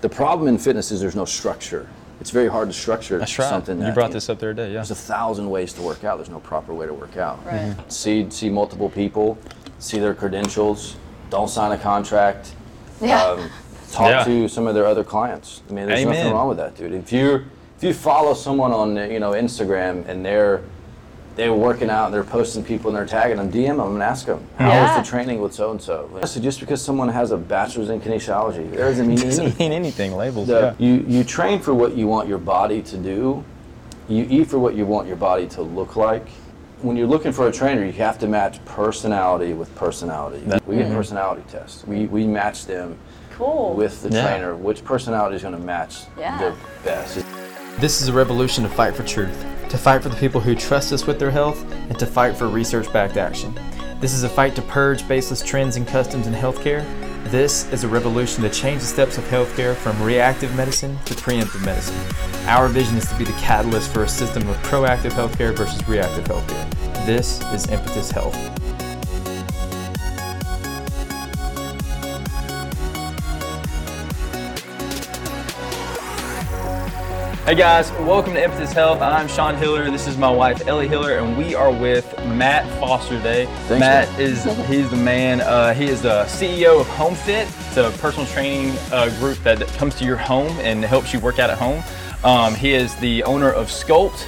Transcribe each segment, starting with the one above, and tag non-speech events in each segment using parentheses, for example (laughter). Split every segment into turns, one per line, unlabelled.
The problem in fitness is there's no structure. It's very hard to structure
That's right.
something.
you
that,
brought
know,
this up the other day, yeah. (laughs)
There's a thousand ways to work out. There's no proper way to work out.
Right.
Mm-hmm.
See see multiple people, see their credentials. Don't sign a contract.
Yeah.
Um, talk
Yeah.
to some of their other clients. I mean, there's nothing
Amen.
wrong with that, dude. If you if you follow someone on you know Instagram and they're they're working out and they're posting people and they're tagging them, DM them and ask them, how was
Yeah.
the training with so and so? So just because someone has a bachelor's in kinesiology, that doesn't mean anything.
Doesn't mean anything, labels.
The-
yeah.
you, you train for what you want your body to do. You eat for what you want your body to look like. When you're looking for a trainer, you have to match personality with personality. we get personality tests. We, we match them
Cool.
with the
Yeah.
trainer. Which personality is going to match
Yeah.
the best?
This is a revolution to fight for truth, to fight for the people who trust us with their health, and to fight for research backed action. This is a fight to purge baseless trends and customs in healthcare. This is a revolution to change the steps of healthcare from reactive medicine to preemptive medicine. Our vision is to be the catalyst for a system of proactive healthcare versus reactive healthcare. This is Impetus Health.
Hey guys, welcome to Impetus Health. I'm Sean Hiller. This is my wife Ellie Hiller, and we are with Matt Foster today.
Thanks,
Matt
man.
is he's the man. Uh, he is the CEO of HomeFit. It's a personal training uh, group that comes to your home and helps you work out at home. Um, he is the owner of Sculpt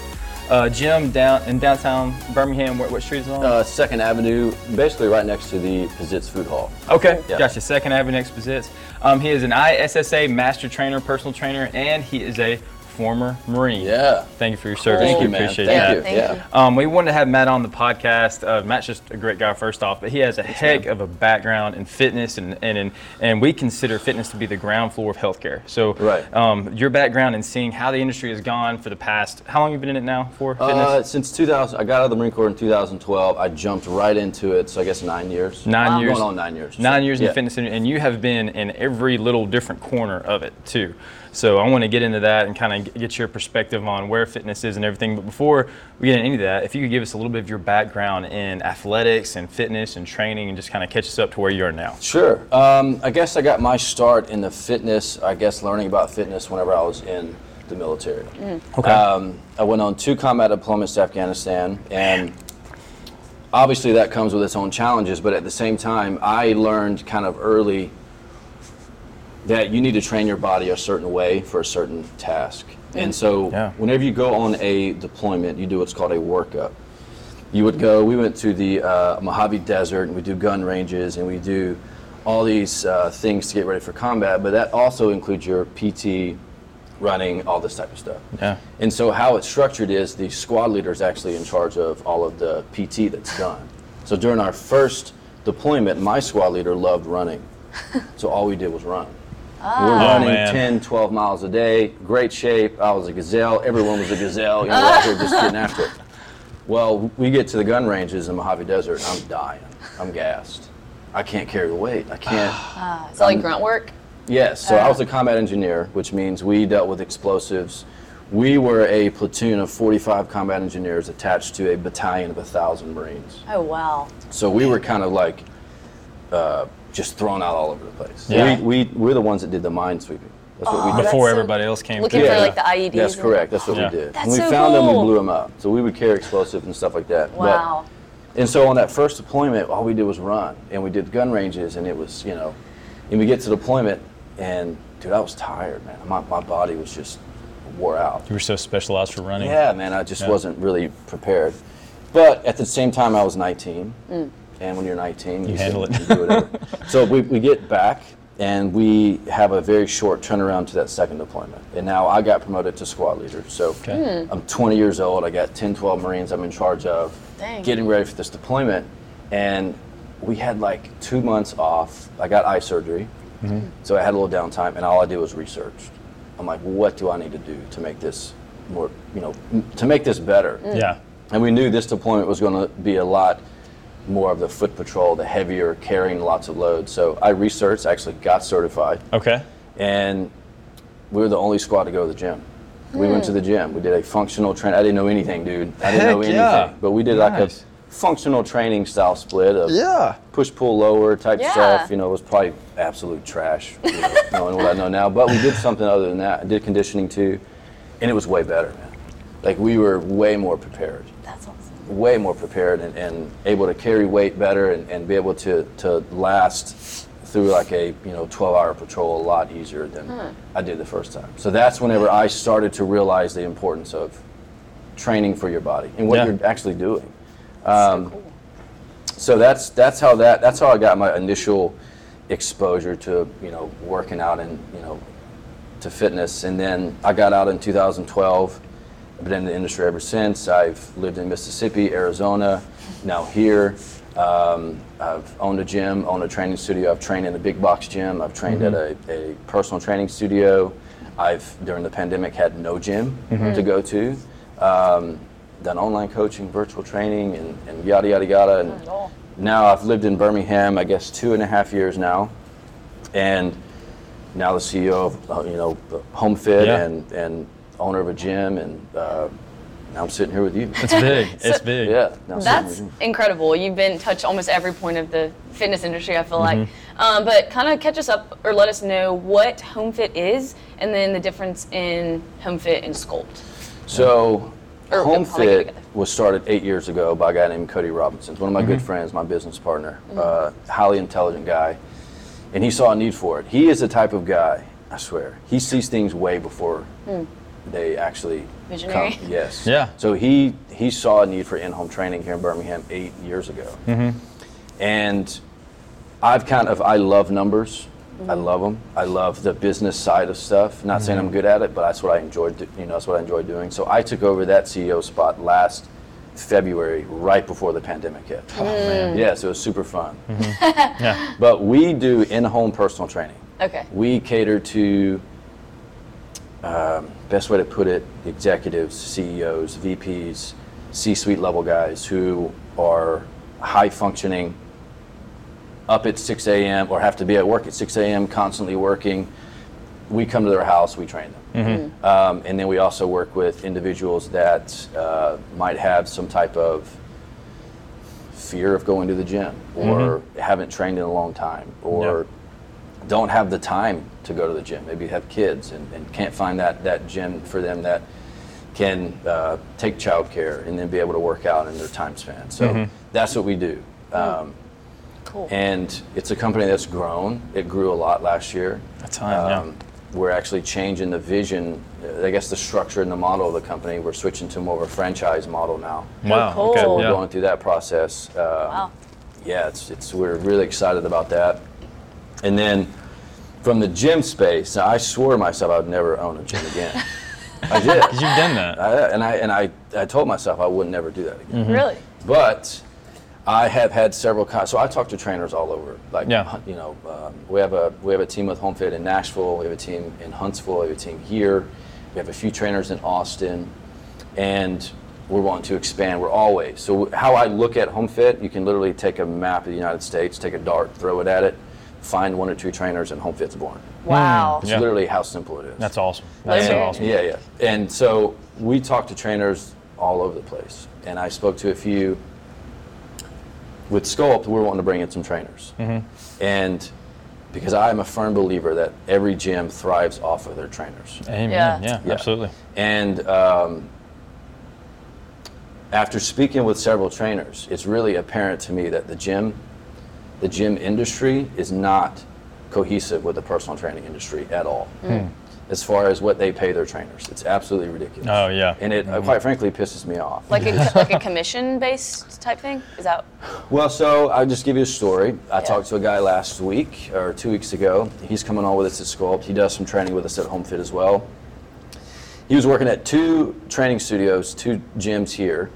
uh, Gym down in downtown Birmingham. What, what street is it on?
Uh, Second Avenue, basically right next to the Pizitz Food Hall.
Okay,
Yeah.
gotcha. Second Avenue Exposites. Um, he is an ISSA master trainer, personal trainer, and he is a former Marine.
Yeah.
Thank you for your service.
Thank
we
you, man.
appreciate
Thank
that.
you.
Thank
yeah.
you.
Um, we wanted to have Matt on the podcast. Uh, Matt's just a great guy, first off, but he has a heck of a background in fitness, and and, and and we consider fitness to be the ground floor of healthcare. So,
Right.
um, your background in seeing how the industry has gone for the past, how long have you been in it now for fitness?
Uh, since 2000, I got out of the Marine Corps in 2012. I jumped right into it, so I guess nine years.
Nine
Wow.
years.
Going on nine years.
Nine years in
Yeah.
the fitness, industry, and you have been in every little different corner of it too. So I want to get into that and kind of get your perspective on where fitness is and everything. But before we get into any of that, if you could give us a little bit of your background in athletics and fitness and training, and just kind of catch us up to where you are now.
Sure. Um, I guess I got my start in the fitness, I guess learning about fitness whenever I was in the military.
Okay.
Um, I went on two combat deployments to Afghanistan, and obviously that comes with its own challenges, but at the same time, I learned kind of early that you need to train your body a certain way for a certain task. And so,
Yeah.
whenever you go on a deployment, you do what's called a workup you would go. We went to the uh, Mojave Desert, and we do gun ranges, and we do all these uh, things to get ready for combat. But that also includes your PT, running, all this type of stuff.
Yeah.
And so how it's structured is the squad leader is actually in charge of all of the PT that's done. So during our first deployment, my squad leader loved running, so all we did was run. We're running
man.
10, 12 miles a day, great shape. I was a gazelle. Everyone was a gazelle. You know, we're out here just getting after it. Well, we get to the gun ranges in Mojave Desert, and I'm dying. I'm gassed. I can't carry the weight. I can't.
It's like grunt work.
Yes, so I was a
Um,
combat engineer, which means we dealt with explosives. We were a platoon of 45 combat engineers attached to a battalion of 1,000 Marines.
Oh wow.
So we were kind of like uh, just thrown out all over the place.
Yeah.
We, we, we're the ones that did the mine sweeping. That's what we did.
that's
Before
so-
everybody else came
Looking
through.
for like the IEDs.
That's
and-
correct. That's what
Yeah.
we did.
That's
when we
so
found them,
cool.
we blew them up. So we would carry explosives and stuff like that. But-
Wow.
and so on that first deployment, all we did was run, and we did gun ranges, and it was you know, and we get to deployment, and dude, I was tired, man. My, my body was just wore out.
You were so specialized for running.
Yeah, man, I just
Yeah.
wasn't really prepared. But at the same time, I was 19, and when you're 19, you,
handle
can-
it.
you do
(laughs)
whatever. so we, we get back, and we have a very short turnaround to that second deployment. And now I got promoted to squad leader. So I'm 20 years old. I got 10, 12 Marines I'm in charge of,
Dang.
getting ready for this deployment. And we had like two months off. I got eye surgery. So I had a little downtime, and all I did was research. I'm like, what do I need to do to make this more, you know, m- to make this better?
Yeah.
And we knew this deployment was going to be a lot more of the foot patrol, the heavier, carrying lots of loads. So I researched, actually got certified,
Okay.
and we were the only squad to go to the gym. We went to the gym. We did a functional train. I didn't know anything, dude. I didn't know
Hmm. Heck
anything.
yeah.
But we did like
Nice.
a functional training style split of
Yeah.
push pull lower type
Yeah.
stuff. You know, it was probably absolute trash, you know, knowing what I know now. But we did something other than that. I did conditioning too, and it was way better, man. Like we were way more prepared,
That's awesome.
way more prepared, and, and able to carry weight better, and, and be able to to last through like a you know 12 hour patrol a lot easier than
Hmm.
I did the first time. So that's whenever I started to realize the importance of training for your body and what
Yeah.
you're actually doing Um,
so cool.
so that's that's how that that's how I got my initial exposure to you know working out and you know to fitness and then I got out in 2012 I've been in the industry ever since I've lived in Mississippi Arizona now here um, I've owned a gym owned a training studio I've trained in a big box gym I've trained at a, a personal training studio I've during the pandemic had no gym to go to um, done online coaching virtual training and, and yada yada yada and
Cool.
now I've lived in Birmingham, I guess, two and a half years now, and now the CEO of uh, you know Home Fit
Yeah.
and and owner of a gym, and uh, now I'm sitting here with
(laughs)
you.
It's big. it's big.
yeah, now I'm sitting with
That's
you.
incredible. You've been touched almost every point of the fitness industry. I feel
Mm-hmm.
like, um, but kind of catch us up or let us know what HomeFit is, and then the difference in HomeFit and Sculpt.
So,
Or
Home
how they get
Fit
together.
was started eight years ago by a guy named Cody Robinson. It's one of
Mm-hmm.
my good friends, my business partner,
Mm-hmm.
uh, highly intelligent guy, and he saw a need for it. He is the type of guy, I swear, he sees things way before they actually
Hmm. Visionary.
come. Yes.
Yeah.
So he he saw a need for in-home training here in Birmingham eight years ago,
Mm-hmm.
and I've kind of I love numbers. I love them. I love the business side of stuff. Not saying
Mm-hmm.
I'm good at it, but that's what I enjoyed. do- You know, that's what I enjoy doing. So I took over that CEO spot last February, right before the pandemic hit. Yeah, so it was super fun.
Oh, Mm-hmm. Yeah.
But we do in-home personal training.
Okay.
We cater to, um, best way to put it, executives, E CEOs, VPs, C-suite level guys who are high functioning, up at 6 a.m. or have to be at work at 6 a.m. constantly working. We come to their house, we train them, um, and then we also work with individuals that uh, might have some type of fear of going to the gym or haven't trained in a long time or don't have the time to go to the gym. Maybe have kids and, and can't find that, that gym for them that can uh, take childcare and then be able to work out in their time span. So that's what we do. Um,
Cool.
and it's a company that's grown. It grew a lot last year. Um,
A ton, yeah.
We're actually changing the vision, uh, I guess the structure and the model of the company. We're switching to more of a franchise model now.
Wow.
cool.
Okay.
We're
Mm-hmm. yeah.
going through that process. Uh,
wow.
yeah, it's, it's we're really excited about that. And then from the gym space, now I swore to myself I would never own a gym
(laughs)
again. I did.
'Cause You've done that.
I, and I and I, I told myself I would never do that again.
Really?
Mm-hmm. But I have had several con- so I talk to trainers all over. Like
Yeah.
hun- you know, um, we have a we have a team with HomeFit in Nashville. We have a team in Huntsville. We have a team here. We have a few trainers in Austin, and we're wanting to expand. We're always so how I look at HomeFit. You can literally take a map of the United States, take a dart, throw it at it, find one or two trainers, and HomeFit's born.
Wow.
It's
Yeah.
literally how simple it is.
That's awesome. That's so
Yeah.
awesome.
Yeah, yeah. And so we talked to trainers all over the place, and I spoke to a few. With Sculpt, we're wanting to bring in some trainers,
Mm-hmm.
and because I am a firm believer that every gym thrives off of their trainers.
Amen.
Yeah.
Yeah.
Yeah.
Absolutely.
And um, after speaking with several trainers, it's really apparent to me that the gym, the gym industry, is not cohesive with the personal training industry at all. As far as what they pay their trainers, it's absolutely ridiculous.
Oh, yeah.
and it uh quite frankly pisses me off.
Like a like a commission based type thing? Is
(laughs)
that
Well, so I'll just give you a story. I talked to a guy last week or two weeks ago. He's coming on with us at Sculpt. He does some training with us at HomeFit as well. He was working at two training studios, two gyms here.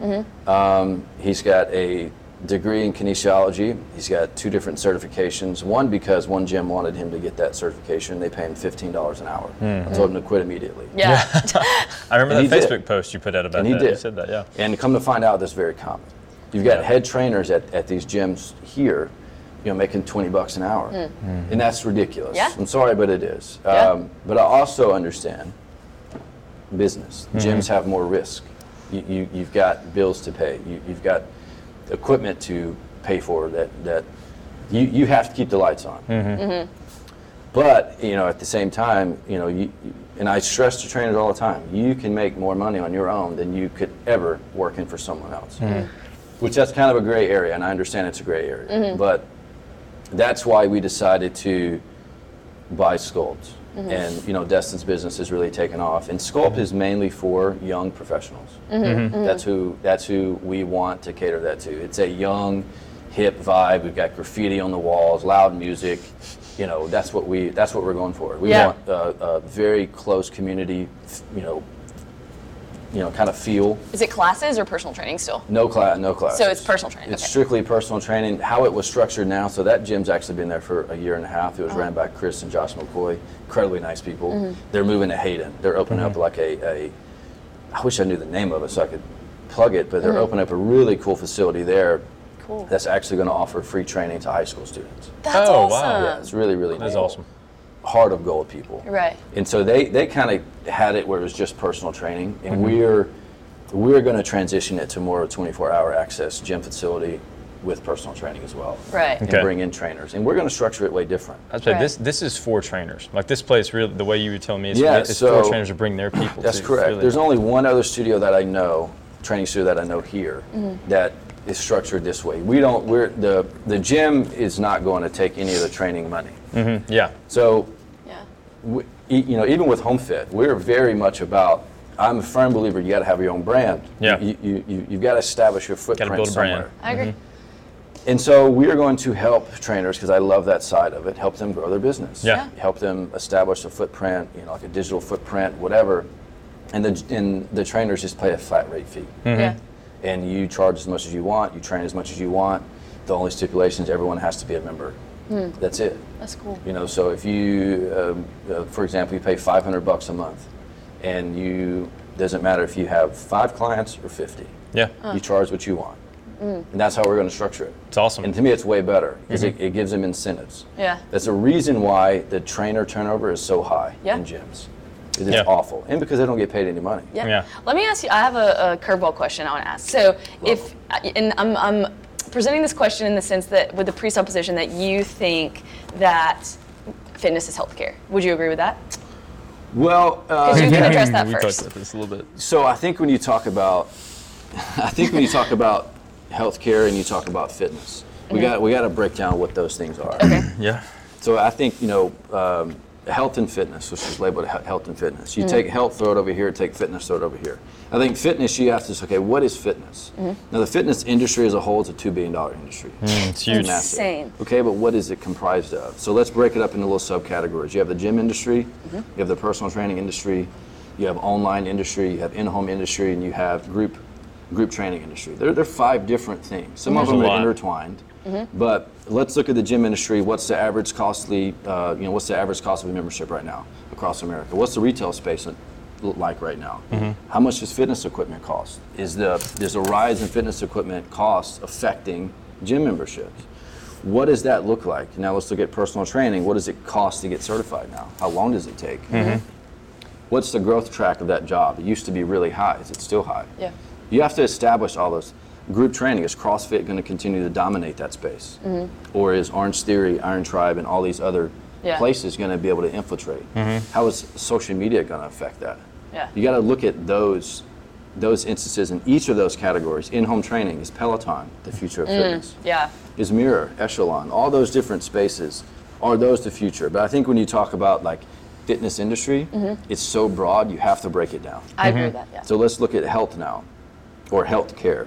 Um, he's got a degree in kinesiology. He's got two different certifications. One because one gym wanted him to get that certification. They pay him fifteen dollars an hour. I told him to quit immediately.
yeah?
I remember
And
that
he
Facebook
did.
post you put out about
And he
that. You
did.
said that. Yeah.
And come to find out, that's very common. You've got
Yeah.
head trainers at, at these gyms here, you know, making 20 bucks an hour.
Hmm.
And that's ridiculous.
Yeah.
I'm sorry, but it is.
Yeah.
Um, but I also understand business. Gyms have more risk. You, you, you've got bills to pay. You, you've got equipment to pay for that that you, you have to keep the lights on. But you know, at the same time, you know, you, and I stress to trainers all the time, you can make more money on your own than you could ever working for someone else. Which that's kind of a gray area, and I understand it's a gray area, but that's why we decided to buy Sculpt. And you know, Destin's business has really taken off, and Sculpt is mainly for young professionals. That's who that's who we want to cater that to. It's a young, hip vibe. We've got graffiti on the walls, loud music. You know, that's what we that's what we're going for. We
Yeah.
want uh, a very close community. You know, you know, kind of feel.
Is it classes or personal training still?
No class, no class.
So it's personal training,
It's
okay.
strictly personal training. How it was structured now, so that gym's actually been there for a year and a half. It was
Uh-huh.
ran by Chris and Josh McCoy, incredibly nice people.
Mm-hmm.
They're moving to Hayden. They're opening up like a, a, I wish I knew the name of it so I could plug it, but they're opening up a really cool facility there.
Mm-hmm. Cool.
That's actually going to offer free training to high school students.
That's
Oh, wow.
awesome.
Yeah,
It's really, really
That's
neat.
awesome.
Heart of gold people.
Right.
And so they, they kind of had it where it was just personal training, and
Mm-hmm.
we're we're going to transition it to more of a 24-hour access gym facility with personal training as well,
Right.
And
Okay.
bring in trainers, and we're going to structure it way different.
I said
Right.
this this is for trainers. Like this place, really, the way you were telling me, is,
Yeah,
it's
so-
for trainers to bring their people.
That's
to,
correct.
really.
There's only one other studio that I know, training studio that I know here, that is structured this way. We don't. We're the the gym is not going to take any of the training money.
Mm. yeah.
So
Yeah.
we, e- you know, even with HomeFit, we're very much about. I'm a firm believer. You got to have your own brand.
Yeah.
You, you, you, you've got to establish your footprint
build a brand.
somewhere.
I agree.
Mm-hmm. And so we are going to help trainers because I love that side of it. Help them grow their business.
Yeah.
Help them establish a footprint. You know, like a digital footprint, whatever. And the and the trainers just pay a flat rate fee.
Hmm.
Yeah.
And you charge as much as you want. You train as much as you want. The only stipulation is everyone has to be a member. That's it.
That's cool.
You know, so if you, um, uh, for example, you pay 500 bucks a month, and you doesn't matter if you have five clients or 50,
Yeah.
Uh.
you charge what you want,
Mm.
and that's how we're going to structure it.
It's awesome.
And to me, it's way better because it, it gives them incentives.
Mm-hmm. Yeah.
that's a reason why the trainer turnover is so high
Yeah.
in gyms. 'Cause It's
Yeah.
awful, and because they don't get paid any money.
Yeah.
Yeah.
Let me ask you. I have a, a curveball question I want to ask. So, if and I'm, I'm presenting this question in the sense that with the presupposition that you think that fitness is healthcare. Would you agree with that?
Well, uh,
'Cause you can address that
we talked
first.
about this a little bit.
(laughs) So I think when you talk about, (laughs) I think when you talk about healthcare and you talk about fitness, we got we got to break down what those things are.
Mm-hmm. Okay.
Yeah.
So I think you know, um, health and fitness, which is labeled he- health and fitness. You take health, throw it over here. Take fitness, throw it over here. I think fitness. You ask this, okay, what is fitness? Now the fitness industry as a whole is a two billion dollar industry.
It's Mm. huge.
Massive.
Insane.
Okay, but what is it comprised of? So let's break it up into little subcategories. You have the gym industry,
Mm-hmm.
you have the personal training industry, you have online industry, you have in-home industry, and you have group group training industry. They're, they're five different things. Some
There's
of
a
them are
lot. Mm-hmm.
intertwined. But let's look at the gym industry. What's the average costly? Uh, you know, what's the average cost of a membership right now across America? What's the retail space look look like right now?
Mm-hmm.
How much does fitness equipment cost? Is the there's a rise in fitness equipment costs affecting gym memberships? What does that look like? Now let's look at personal training. What does it cost to get certified now? How long does it take? What's the growth track of that job? It used to be really high. Is it still high?
Yeah.
You have to establish all those. Group training is CrossFit going to continue to dominate that space, or is Orange Theory, Iron Tribe, and all these other
Mm-hmm. Yeah.
places going to be able to infiltrate? How is social media going to affect that?
Yeah.
You got to look at those those instances in each of those categories. In-home training is Peloton, the future of
Mm.
fitness
Yeah.
is mirror echelon all those different spaces are those the future but i think when you talk about like fitness industry it's so broad you have to break it down
I
Mm-hmm.
agree with that. Yeah.
so let's look at health now or health care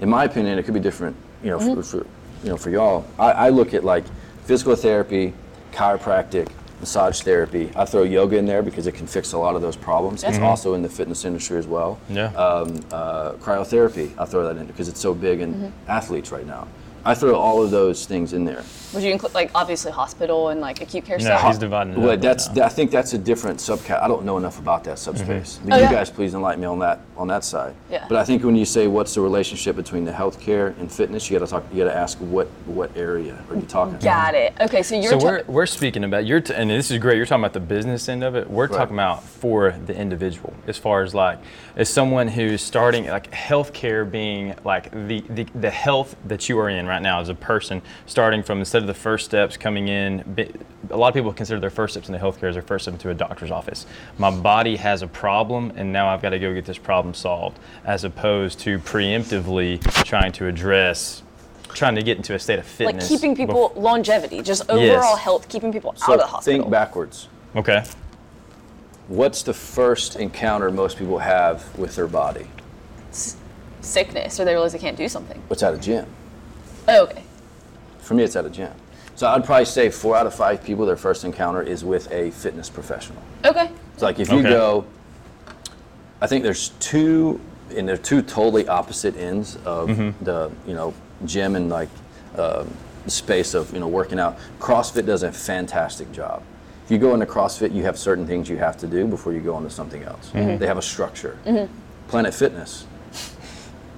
in my opinion it could be different you know for, for you know for y'all I, I look at like physical therapy chiropractic massage therapy i throw yoga in there because it can fix a lot of those problems it's also in the fitness industry as well
Yeah.
um, uh, cryotherapy. I throw that in because it's so big in athletes right now. I throw all of those things in there.
Would you include like obviously hospital and like acute care
No,
stuff?
he's dividing it up.
Well,
right
that's
now.
I think that's a different subcat. I don't know enough about that subspace.
Mm-hmm.
Oh,
you
yeah.
guys please enlighten me on that on that side.
Yeah.
But I think when you say what's the relationship between the healthcare and fitness, you got to talk. You got to ask what what area are you talking? about?
Got it. Okay, so you're
So
ta-
we're, we're speaking about you're t- and this is great. You're talking about the business end of it. We're talking about for the individual, as far as like as someone who's starting like healthcare being like the, the the health that you are in right now as a person, starting from instead of the first steps coming in. Bi- a lot of people consider their first steps into healthcare as their first step into a doctor's office. My body has a problem, and now I've got to go get this problem solved, as opposed to preemptively trying to address. Trying to get into a state of
like
fitness,
keeping
bef-
people longevity, just overall health, keeping people out
So
of the hospital.
think backwards.
Okay.
What's the first encounter most people have with their body?
Sickness, or they realize they can't do something.
It's at a gym.
Oh, okay.
For me, it's at a gym. So I'd probably say four out of five people their first encounter is with a fitness professional.
Okay.
It's like if you
Okay.
go, I think there's two, and they're two totally opposite ends of the you know gym and like um space of you know working out. CrossFit does a fantastic job. If you go into CrossFit, you have certain things you have to do before you go into something else. They have a structure. Planet Fitness.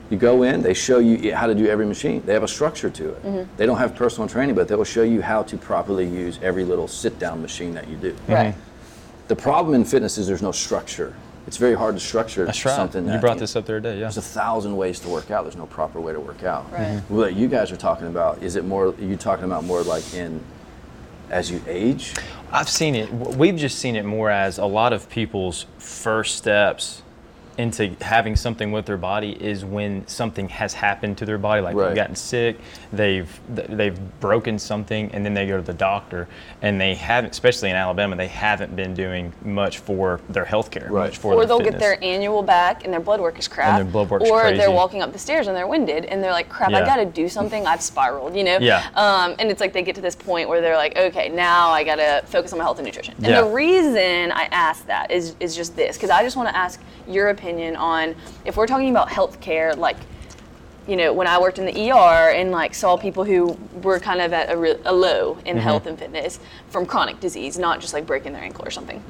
You go in, they show you how to do every machine. They have a structure to it. They don't have personal training, but they will show you how to properly use every little sit down machine that you do.
Mm-hmm.
Right.
The problem in fitness is there's no structure. It's very hard to structure
That's right.
something.
you
that-
brought this up the other day, yeah.
There's a thousand ways to work out. There's no proper way to work out.
Right. Mhm.
Mm-hmm.
What you guys are talking about is it more? Are you talking about more like in as you age?
I've seen it. w- We've just seen it more as a lot of people's first steps into having something with their body is when something has happened to their body, like
Right.
they've gotten sick, they've th- they've broken something, and then they go to the doctor, and they haven't, especially in Alabama, they haven't been doing much for their health care,
Right.
much for
Or
their
they'll get
fitness.
their annual back and their blood work is crap.
And their blood work's
or
crazy.
they're walking up the stairs and they're winded and they're like, crap, I
Yeah.
gotta do something. I've spiraled, you know?
Yeah.
Um, and it's like they get to this point where they're like, okay, now I gotta focus on my health and nutrition. And
Yeah.
the reason I ask that is, is just this, because I just wanna ask your opinion on if we're talking about healthcare, like, you know, when I worked in the ER and like saw people who were kind of at a, re- a low
Mm-hmm.
in health and fitness from chronic disease, not just like breaking their ankle or something.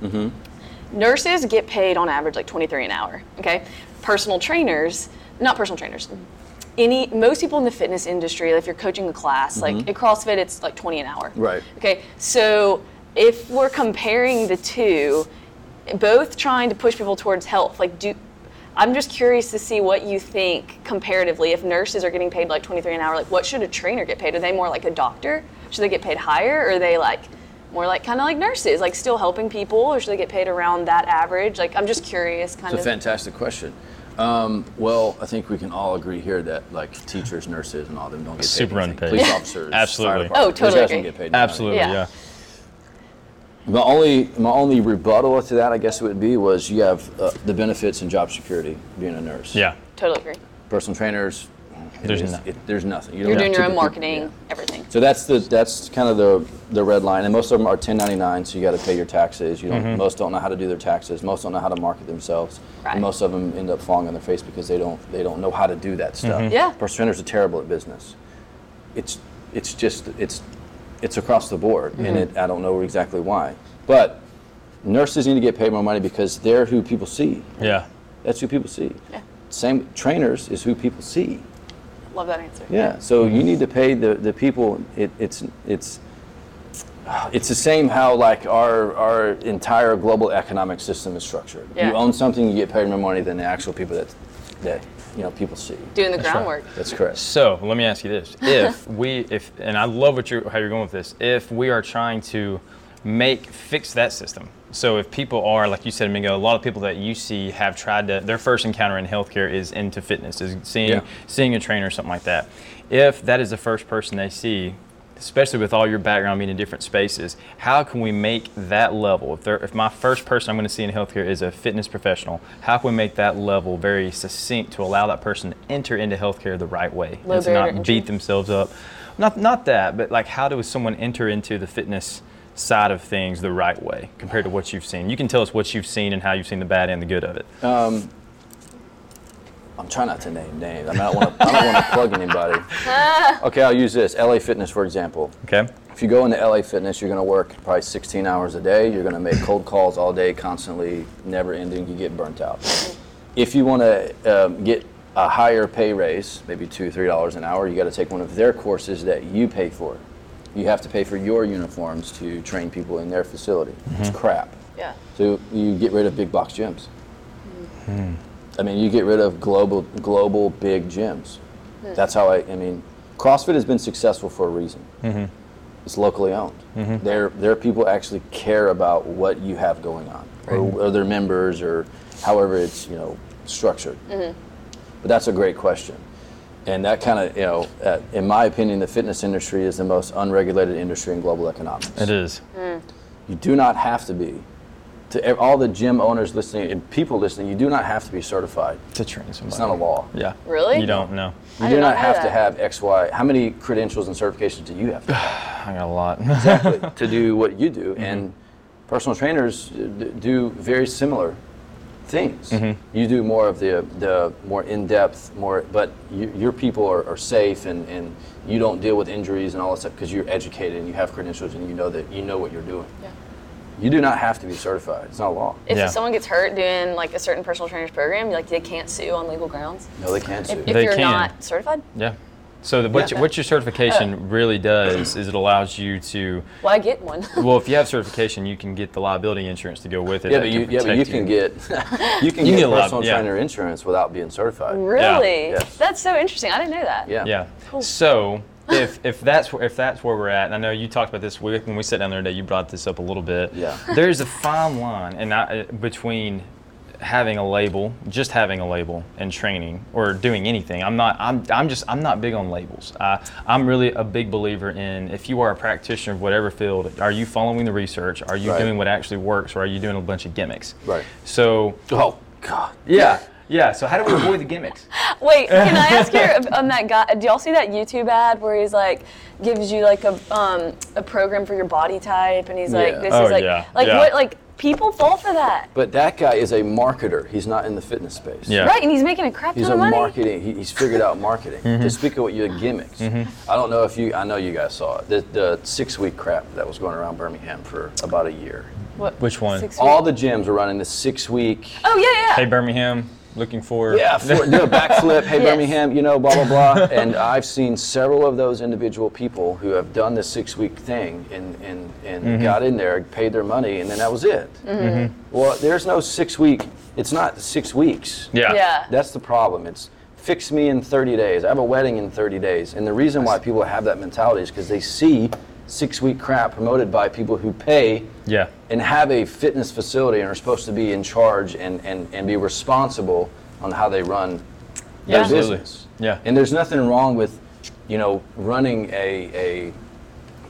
Nurses get paid on average like 23 an hour, okay? Personal trainers, not personal trainers. Any most people in the fitness industry, if you're coaching a class, like at CrossFit it's like 20 an hour.
Right.
Okay. So if we're comparing the two, both trying to push people towards health, like do I'm just curious to see what you think comparatively. If nurses are getting paid like 23 an hour, like what should a trainer get paid? Are they more like a doctor? Should they get paid higher? Or are they like more like kind of like nurses, like still helping people, or should they get paid around that average? Like I'm just curious, kind
It's a
of.
fantastic question. Um, well, I think we can all agree here that like teachers, nurses, and all them don't get paid.
Super
anything.
unpaid.
Police officers, fire
Absolutely.
department,
Oh,
those
totally
guys don't
agree.
get paid nothing.
Absolutely,
Yeah.
yeah.
My only my only rebuttal to that, I guess it would be, was you have uh, the benefits and job security being a nurse.
Yeah.
Totally agree.
personal trainers. it
There's
is-
nothing.
it- there's nothing. You
You're
don't
doing your own
typically-
marketing,
yeah.
everything.
So that's the that's kind of the the red line, and most of them are 1099, so you got to pay your taxes. You don't,
Mm-hmm.
most don't know how to do their taxes. Most don't know how to market themselves. and
Right.
most of them end up falling on their face because they don't they don't know how to do that stuff.
Mm-hmm.
Yeah.
personal trainers are terrible at business. It's it's just it's it's across the board, and
Mm-hmm.
it, I don't know exactly why, but. Nurses need to get paid more money because they're who people see.
Yeah.
That's who people see.
Yeah.
Same trainers is who people see.
Love that answer.
Yeah. So you need to pay the, the people. It, it's it's it's the same how like our our entire global economic system is structured.
Yeah.
You own something, you get paid more money than the actual people that that you know people see.
Doing the groundwork.
That's correct.
So let me ask you this: If we, if, and I love what you're, how you're going with this. If we are trying to make fix that system, so if people are, like you said, Mingo, a lot of people that you see have tried to, their first encounter in healthcare is into fitness, is seeing
Yeah.
seeing a trainer or something like that. If that is the first person they see, especially with all your background being in different spaces, how can we make that level? If, they're, if my first person I'm going to see in healthcare is a fitness professional, how can we make that level very succinct to allow that person to enter into healthcare the right way
Low
and to
barrier
not
to entry.
beat themselves up? Not not that, but like how does someone enter into the fitness side of things the right way compared to what you've seen? You can tell us what you've seen and how you've seen the bad and the good of it.
I'm trying not to name names. I, mean, I don't want to. I don't want to plug
(laughs)
anybody. Okay, I'll use this. LA Fitness, for example.
Okay.
If you go into LA Fitness, you're going to work probably 16 hours a day. You're going to make cold calls all day, constantly, never ending. You get burnt out. If you want to um, get a higher pay raise, maybe two, three dollars an hour, you got to take one of their courses that you pay for. You have to pay for your uniforms to train people in their facility. It's crap.
Yeah.
So you get rid of big box gyms. I mean, you get rid of global global big gyms. That's how I. I mean, CrossFit has been successful for a reason. It's locally owned. Their their people actually care about what you have going on, or, or their members, or however it's you know structured. But that's a great question. And that kind of, you know, uh, in my opinion, the fitness industry is the most unregulated industry in global economics.
It is.
You do not have to be. To ev- all the gym owners listening and people listening, you do not have to be certified.
To train somebody.
It's not a law.
Yeah.
Really?
You don't know.
You
I
do
did
not
not know
have to
that.
have X, Y. How many credentials and certifications do you have to, have
I got a lot. (laughs)
(laughs)
exactly, to do what you
Mm-hmm.
do? And personal trainers uh, d- do very similar things.
Mm-hmm.
You do more of the the more in depth, more. But you, your people are, are safe, and, and you don't deal with injuries and all that stuff because you're educated and you have credentials and you know that you know what you're doing.
Yeah.
You do not have to be certified. It's not a law.
If
Yeah.
someone gets hurt doing like a certain personal trainer's program, like they can't sue on legal grounds.
No, they can't sue.
If, if
They
you're
can.
not certified,
yeah. So the, what, your, what your certification really does is it allows you to,
why get one? (laughs)
well, if you have certification, you can get the liability insurance to go with it.
Yeah,
that
but you, yeah, but (laughs)
protect
you can get you can
You
get
get a lot,
personal
yeah.
trainer insurance without being certified.
really?
Yeah.
That's so interesting. I didn't know that.
Yeah.
Yeah. So if if that's where- if that's where we're at, and I know you talked about this we- when we sat down the other day, you brought this up a little bit.
Yeah.
(laughs) There's a fine line, and I, between having a label, just having a label, and training or doing anything. I'm not. I'm. I'm just. I'm not big on labels. I I'm really a big believer in if you are a practitioner of whatever field, are you following the research? Are you
Right.
doing what actually works, or are you doing a bunch of gimmicks?
Right.
So
Oh God.
yeah. Yeah, so how do we avoid the gimmicks? (laughs)
Wait, can I ask you on that guy? Do y'all see that YouTube ad where he's like gives you like a um, a program for your body type, and he's
Yeah.
like, this
Oh,
is like
yeah.
like
Yeah.
what like people fall for that,
But that guy is a marketer. He's not in the fitness space.
Yeah.
right? And he's making a crap
He's
ton
a
of money.
marketing. He, he's figured out marketing. To speak of what your gimmicks. I don't know if you. I know you guys saw it. The, the six-week crap that was going around Birmingham for about a year.
What-
Which one?
six
All
weeks?
the gyms were running the six-week.
oh yeah, yeah.
Hey Birmingham, looking for
Yeah, for, do a backflip. Hey,
Yes.
Birmingham, you know, blah blah blah. and I've seen several of those individual people who have done this six-week thing and and, and got in there, paid their money, and then that was it. Mm-hmm. Well, there's no six-week. It's not six weeks.
Yeah.
Yeah.
That's the problem. It's fix me in 30 days. I have a wedding in 30 days. And the reason why people have that mentality is because they see six week crap promoted by people who pay
Yeah.
and have a fitness facility and are supposed to be in charge and, and, and be responsible on how they run their
Yeah.
Absolutely.
business.
Yeah.
And there's nothing wrong with, you know, running a, a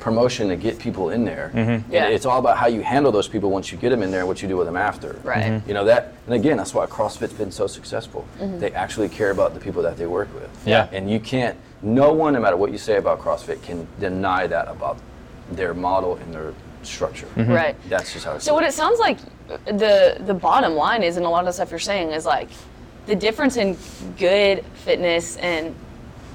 promotion to get people in there.
Mm-hmm.
And
Yeah.
it's all about how you handle those people once you get them in there and what you do with them after.
Right. Mhm.
Mm-hmm.
You know that, and again, that's why CrossFit's been so successful.
Mm-hmm.
They actually care about the people that they work with.
Yeah.
And you can't. No one, no matter what you say about CrossFit, can deny that about their model and their structure.
Mm-hmm.
Right.
That's just how it's.
So what it sounds like the the bottom line is, and a lot of the stuff you're saying is like the difference in good fitness and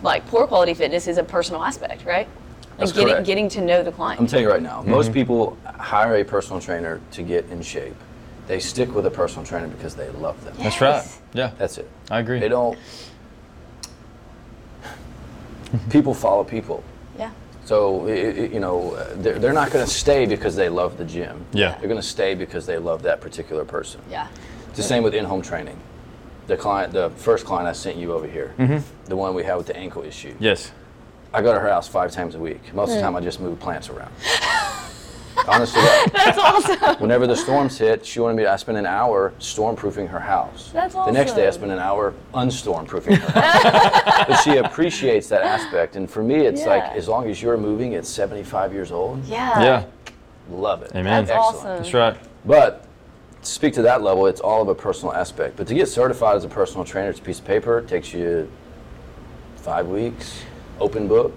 like poor quality fitness is a personal aspect, right? Like
That's
getting
correct.
getting to know the client.
I'm telling you right now,
Mm-hmm.
most people hire a personal trainer to get in shape. They stick with a personal trainer because they love them.
That's right.
Yes.
Yeah.
That's it.
I agree.
They don't. people follow people.
yeah.
So, i- i- you know, uh, they're, they're not going to stay because they love the gym.
Yeah.
They're going to stay because they love that particular person.
Yeah.
It's the same with in-home training. The client, the first client I sent you over here,
Mm-hmm.
the one we had with the ankle issue.
Yes.
I go to her house five times a week. Most of
Hmm.
the time, I just move plants around. (laughs) Honestly, I-
(laughs) That's awesome.
whenever the storms hit, she wanted me. To, I spent an hour stormproofing her house.
That's
The next day, I
awesome.
spent an hour unstormproofing her house.
(laughs)
but she appreciates that aspect, and for me, it's like
Yeah.
as long as you're moving at 75 years old,
Yeah.
yeah.
love it.
Amen.
That's
Excellent.
awesome.
That's right.
But to speak to that level, it's all of a personal aspect. But to get certified as a personal trainer, it's a piece of paper. It takes
Mm-hmm.
you five weeks. Open book.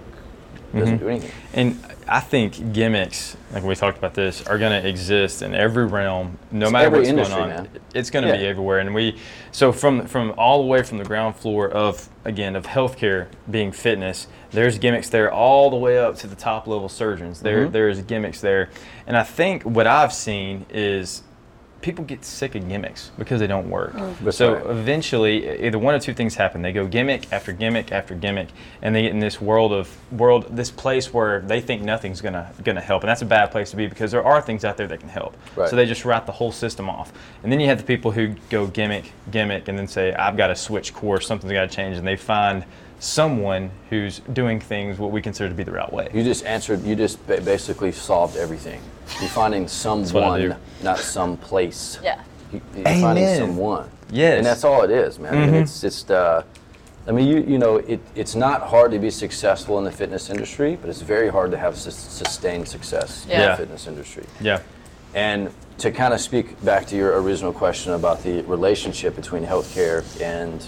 Doesn't do anything.
And I think gimmicks, like we talked about this, are going to exist in every realm, no
It's
matter
every
what's
industry,
going on.
man.
It's going to be
Yeah.
everywhere, and we so from from all the way from the ground floor of again of healthcare being fitness. There's gimmicks there all the way up to the top level surgeons. There
Mm-hmm.
there's gimmicks there, and I think what I've seen is people get sick of gimmicks because they don't work.
That's
So
right.
eventually, e- either one or two things happen. They go gimmick after gimmick after gimmick, and they get in this world of world, this place where they think nothing's gonna gonna help, and that's a bad place to be because there are things out there that can help.
Right.
So they just write the whole system off, and then you have the people who go gimmick, gimmick, and then say, "I've got to switch course. Something's got to change," and they find someone who's doing things what we consider to be the right way.
You just answered. You just ba- basically solved everything. You're
(laughs)
finding
what I do.
someone, not some place.
Yeah.
You, you're finding
Amen.
someone.
Yes. Mm-hmm.
And that's all it is, man. And It's just. Uh, I mean, you you know, it, it's not hard to be successful in the fitness industry, but it's very hard to have sus- sustained success in
Yeah.
the fitness industry.
Yeah.
And to kind of speak back to your original question about the relationship between healthcare and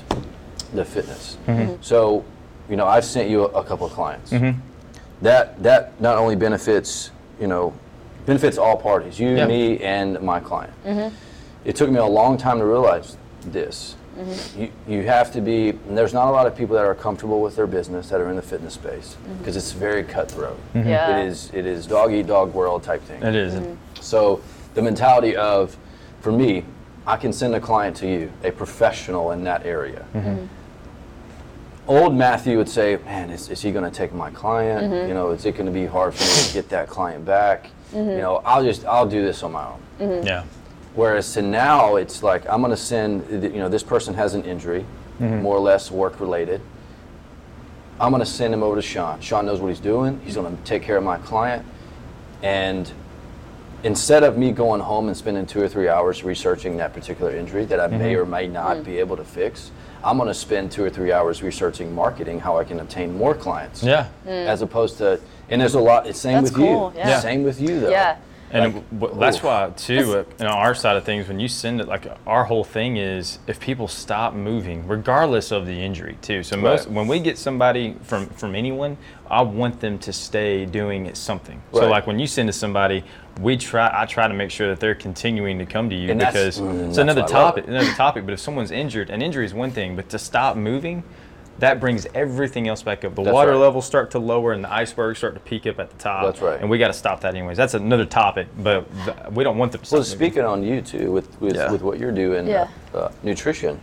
the fitness.
Mm-hmm.
So, you know, I've sent you a, a couple of clients. That that not only benefits, you know, benefits all parties, you,
Yeah.
me, and my client. It took me a long time to realize this. You, you have to be, and there's not a lot of people that are comfortable with their business that are in the fitness space because it's very cutthroat.
Yeah.
It is it is dog eat dog world type thing.
Mm-hmm. It is.
So the mentality of, for me, I can send a client to you, a professional in that area. Old Matthew would say, "Man, is, is he going to take my client? You know, is it going to be hard for me to get that client back? You know, I'll just I'll do this on my own."
Yeah.
Whereas to now, it's like I'm going to send. You know, this person has an injury,
Mm-hmm.
more or less work related. I'm going to send him over to Sean. Sean knows what he's doing. He's going to take care of my client, and instead of me going home and spending two or three hours researching that particular injury that I
Mm-hmm.
may or may
Mm.
not be able to fix, I'm going to spend two or three hours researching marketing how I can obtain more clients.
Yeah.
As opposed to, and there's a lot. It's same
Mm. That's
with
cool,
you.
yeah.
Same with you though.
Yeah.
And
Like,
w- w- that's
oof.
why too, uh, you know, our side of things, when you send it, like our whole thing is if people stop moving, regardless of the injury too. So most,
Right.
when we get somebody from, from anyone, I want them to stay doing something. So
Right.
like when you send to somebody, we try, I try to make sure that they're continuing to come to you
And that's-
because
mm,
it's
that's
another
why I love
topic,
it.
another topic, but if someone's injured, an injury is one thing, but to stop moving, that brings everything else back up. The
That's
water
right.
levels start to lower and the icebergs start to peak up at the top.
That's right.
And we got to stop that anyways. That's another topic, but th- we don't want them to
Well,
stop
speaking on you too, with with,
Yeah.
with what you're doing,
Yeah.
uh, uh, nutrition.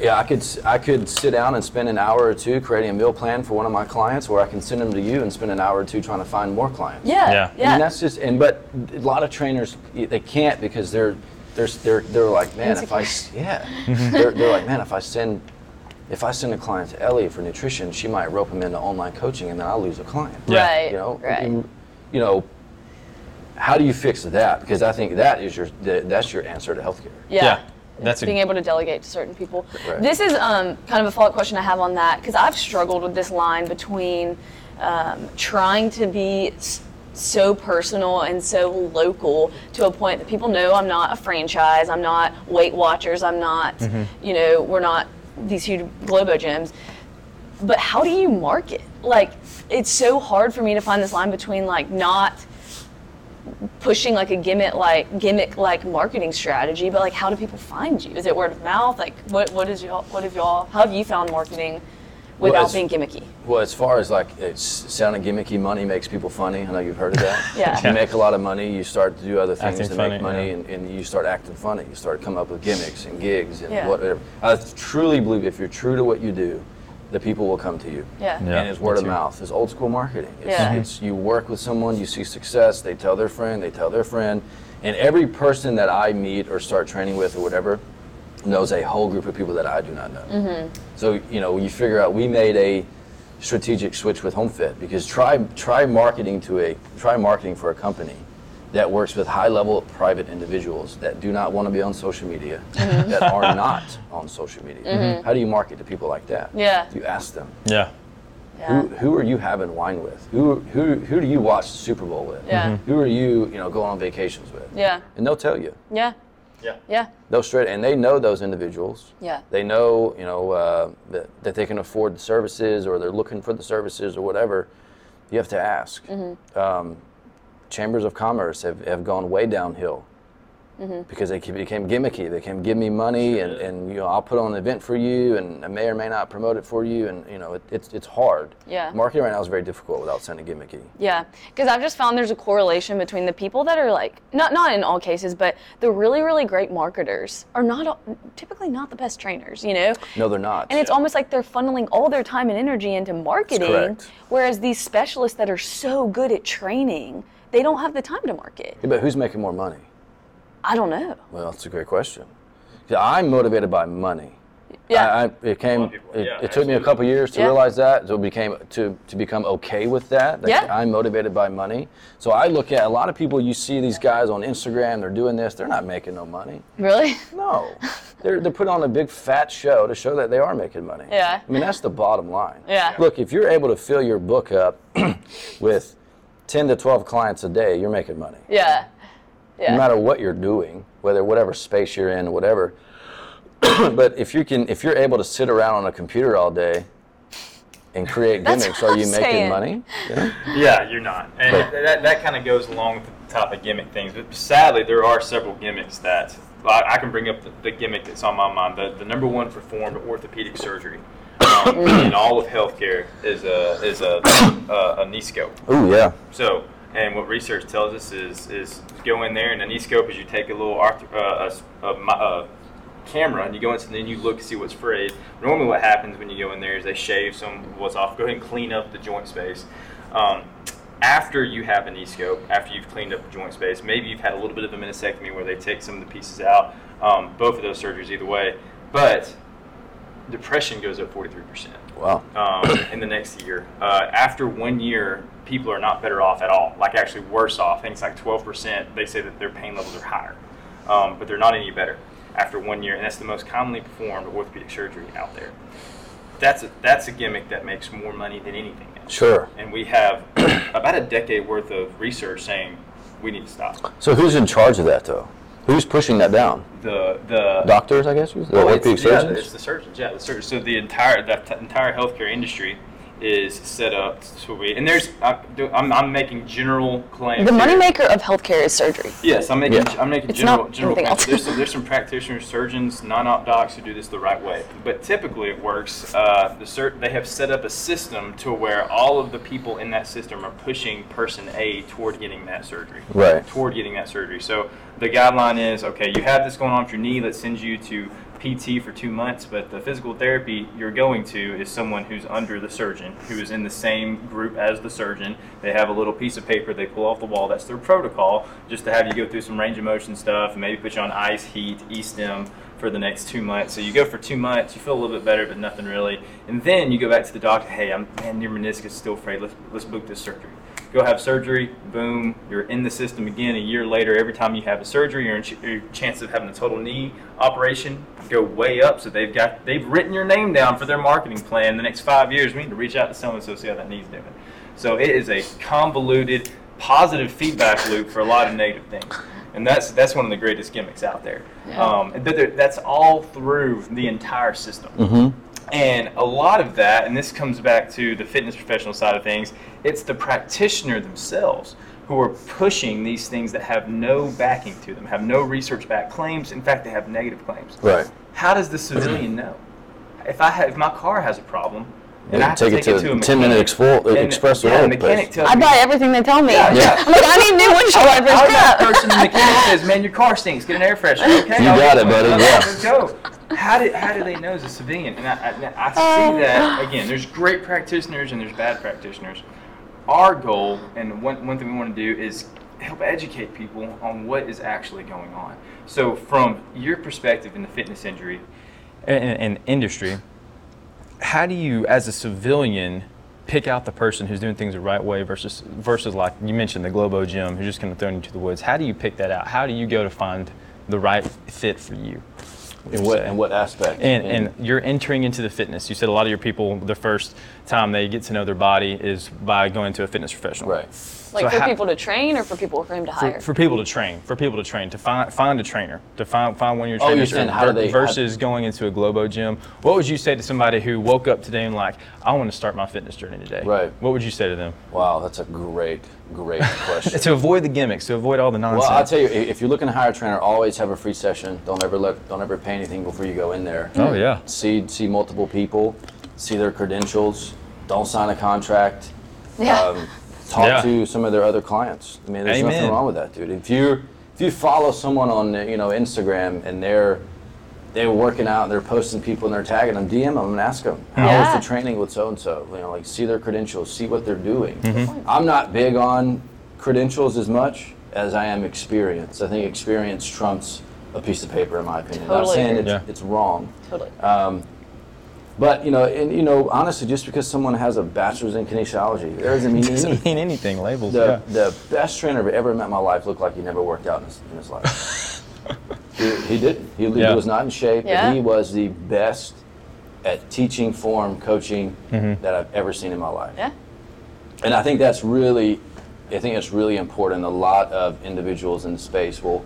Yeah, I could s- I could sit down and spend an hour or two creating a meal plan for one of my clients, or I can send them to you and spend an hour or two trying to find more clients.
Yeah.
Yeah.
Yeah.
I mean, that's just and but a lot of trainers y- they can't because they're they're s- they're, they're like man if I s- yeah they're, they're like man if I send if I send a client to Ellie for nutrition she might rope him into online coaching and then I'll lose a client
Yeah.
Right.
you know
Right.
and, you know how do you fix that because i think that is your th- that's your answer to healthcare
Yeah.
Yeah, that's a-
being able to delegate to certain people.
Right.
This is um, kind of a follow-up question I have on that because I've struggled with this line between um, trying to be s- so personal and so local to a point that people know I'm not a franchise, I'm not Weight Watchers, I'm not,
Mm-hmm.
you know, we're not these huge Globo gyms but how do you market? Like, it's so hard for me to find this line between like not pushing like a gimmick like gimmick like marketing strategy, but like how do people find you? Is it word of mouth? Like, what what is y'all? What have y'all? How have you found marketing without
it's-
being gimmicky?
well as far as like it's sounding gimmicky money makes people funny i know you've heard of that
(laughs) Yeah.
you make a lot of money you start to do other things
Acting
to
funny,
make money
yeah.
and, and you start acting funny you start coming up with gimmicks and gigs and
Yeah.
whatever i truly believe if you're true to what you do the people will come to you
Yeah.
Yeah.
and it's word of
me too.
mouth. It's old school marketing. It's,
Yeah.
it's you work with someone, you see success, they tell their friend, they tell their friend, and every person that I meet or start training with or whatever knows a whole group of people that I do not know.
Mm-hmm.
So you know, you figure out we made a strategic switch with HomeFit because try try marketing to a try marketing for a company that works with high level private individuals that do not want to be on social media
Mm-hmm.
that
(laughs)
are not on social media. How do you market to people like that?
Yeah.
You ask them.
Yeah.
Yeah.
Who, who are you having wine with? Who, who, who do you watch the Super Bowl with?
Yeah. Mhm.
Who are you, you know, going on vacations with?
Yeah.
And they'll tell you.
Yeah.
Yeah.
Yeah.
They'll straight, and they know those individuals.
Yeah.
They know, you know, uh, that, that they can afford the services or they're looking for the services or whatever. You have to ask.
Mm-hmm.
Um, chambers of commerce have, have gone way downhill
Mm-hmm.
because they ke- became gimmicky. They came, give me money, and, and you know, I'll put on an event for you, and I may or may not promote it for you, and you know, it, it's it's hard.
Yeah.
Marketing right now is very difficult without sounding gimmicky.
Yeah, because I've just found there's a correlation between the people that are like not not in all cases, but the really really great marketers are not all- typically not the best trainers, you know.
No, they're not.
And it's almost like they're funneling all their time and energy into marketing,
correct.
whereas these specialists that are so good at training, they don't have the time to market.
Yeah, but who's making more money?
I don't know.
Well, that's a great question. Yeah, I'm motivated by money.
Yeah,
I, I, it came. It,
people, yeah,
it took me a couple years to
Yeah.
realize that. So it became to to become okay with that. that
Yeah.
I'm motivated by money. So I look at a lot of people. You see these guys on Instagram. They're doing this. They're not making no money.
really? (laughs)
No, they're they're putting on a big fat show to show that they are making money.
Yeah.
I mean that's the bottom line.
Yeah.
Look, if you're able to fill your book up (clears throat) with ten to twelve clients a day, you're making money
Yeah, yeah.
no matter what you're doing, whether whatever space you're in, whatever. (clears throat) but if you can, if you're able to sit around on a computer all day and create
That's
gimmicks,
what
are you
I'm
making
saying.
money?
Yeah, you're not. And
Right.
that, that kind of goes along with the topic gimmick things. But sadly, there are several gimmicks that I, I can bring up the, the gimmick that's on my mind. The, the number one performed orthopedic surgery um,
Mm.
in all of healthcare is a is a, a, a knee scope.
Ooh, yeah.
So, and what research tells us is is go in there and an e-scope is you take a little arth- uh, a s- a, mi- uh camera and you go in and then you look and see what's frayed. Normally, what happens when you go in there is they shave some of what's off, go ahead and clean up the joint space. Um, after you have an e-scope, after you've cleaned up the joint space, maybe you've had a little bit of a meniscectomy where they take some of the pieces out. Um, both of those surgeries, either way, but depression goes up forty-three percent
Wow.
um, in the next year. Uh, after one year, people are not better off at all, like actually worse off. I think it's like 12%. They say that their pain levels are higher, um, but they're not any better after one year. And that's the most commonly performed orthopedic surgery out there. That's a, that's a gimmick that makes more money than anything else.
Sure.
And we have (clears throat) about a decade worth of research saying we need to stop.
So who's in charge of that though? Who's pushing that down?
The, the
Doctors, I guess. The
Oh,
orthopedic
it's- yeah,
surgeons.
it's the surgeons. Yeah, the surgeons. So the entire the t- entire healthcare industry is set up to be. And there's I, do- I'm, I'm making general claims.
the
here.
moneymaker of healthcare is surgery.
Yes, I'm making
Yeah.
I'm making
It's
general
not
general
anything
claims.
else.
There's some, there's some practitioners, surgeons, non-op docs who do this the right way, but typically it works. Uh, the sur- they have set up a system to where all of the people in that system are pushing person A toward getting that surgery
Right.
toward getting that surgery. So the guideline is okay, you have this going on with your knee, let's send you to PT for two months, but the physical therapy you're going to is someone who's under the surgeon, who is in the same group as the surgeon. They have a little piece of paper they pull off the wall, that's their protocol, just to have you go through some range of motion stuff, maybe put you on ice, heat, e stem for the next two months. So you go for two months, you feel a little bit better, but nothing really. And then you go back to the doctor, hey, I'm man, your meniscus is still frayed, let's let's book this surgery go have surgery, boom, you're in the system again a year later. Every time you have a surgery, your, ins- your chance of having a total knee operation go way up. So they've got they've written your name down for their marketing plan. The next five years, we need to reach out to someone so see how that knee's doing. So it is a convoluted positive feedback loop for a lot of negative things. And that's that's one of the greatest gimmicks out there. Um, but there- that's all through the entire system. And a lot of that, and this comes back to the fitness professional side of things, it's the practitioner themselves who are pushing these things that have no backing to them, have no research backed claims. In fact, they have negative claims.
Right.
How does the civilian know? If I have, if my car has a problem,
You
and I have
take
to
it
take
to
it to,
a
a
10-minute
mechanic,
expo- uh,
and-
express
yeah, the
road, please.
mechanic tells
I
me-
buy everything they tell me.
Yeah, yeah.
I'm like, I need new windshield
I
wipers.
was that
crap.
person in the mechanic says, "Man, your car stinks. Get an air freshener." Okay,
You
I'll
got
get
it,
one.
buddy, yeah.
Let's go. How do how do they know it's a civilian? And I, I, I see that again. There's great practitioners and there's bad practitioners. Our goal and one one thing we want to do is help educate people on what is actually going on. So from your perspective in the fitness injury and, and industry, how do you, as a civilian, pick out the person who's doing things the right way versus versus like you mentioned the Globo Gym, who's just going to throw you to the woods? How do you pick that out? How do you go to find the right fit for you?
in what in what aspect?
And,
Mm-hmm.
and you're entering into the fitness. You said a lot of your people, the first time they get to know their body is by going to a fitness professional.
right.
Like
So
for
how-
people to train or for people for him to
for,
hire?
for people to train, for people to train, to find find a trainer, to find find one of your
Oh, you're
trainers,
saying how do they-
versus going into a Globo gym. What would you say to somebody who woke up today and like, I want to start my fitness journey today?
Right.
What would you say to them?
Wow, that's a great,
(laughs)
great question.
To avoid the gimmicks, to avoid all the nonsense.
Well, I'll tell you, i- if you're looking to hire a trainer, always have a free session. Don't ever let, don't ever pay anything before you go in there.
Oh yeah.
See, see multiple people, see their credentials. Don't sign a contract.
yeah.
Um, talk
Yeah.
to some of their other clients. I mean, there's
Amen.
nothing wrong with that, dude. If you if you follow someone on uh, you know Instagram and they're they're working out and they're posting people and they're tagging them, DM them and ask them, how was
Yeah.
the training with so and so? You know, like see their credentials, see what they're doing.
Mm-hmm.
I'm not big on credentials as much as I am experience. I think experience trumps a piece of paper, in my opinion. I'm not
Totally
saying
agree.
it's,
Yeah.
it's wrong,
totally.
uh,
but you know, and you know, honestly, just because someone has a bachelor's in kinesiology, there doesn't (laughs) mean anything.
Doesn't mean anything. Labels.
The,
yeah.
the best trainer I've ever met in my life looked like he never worked out in his, in his life.
(laughs)
he, he didn't. He, he
Yeah.
was not in shape,
Yeah.
but he was the best at teaching, form, coaching
Mm-hmm.
that I've ever seen in my life.
yeah.
And I think that's really, I think it's really important. A lot of individuals in the space will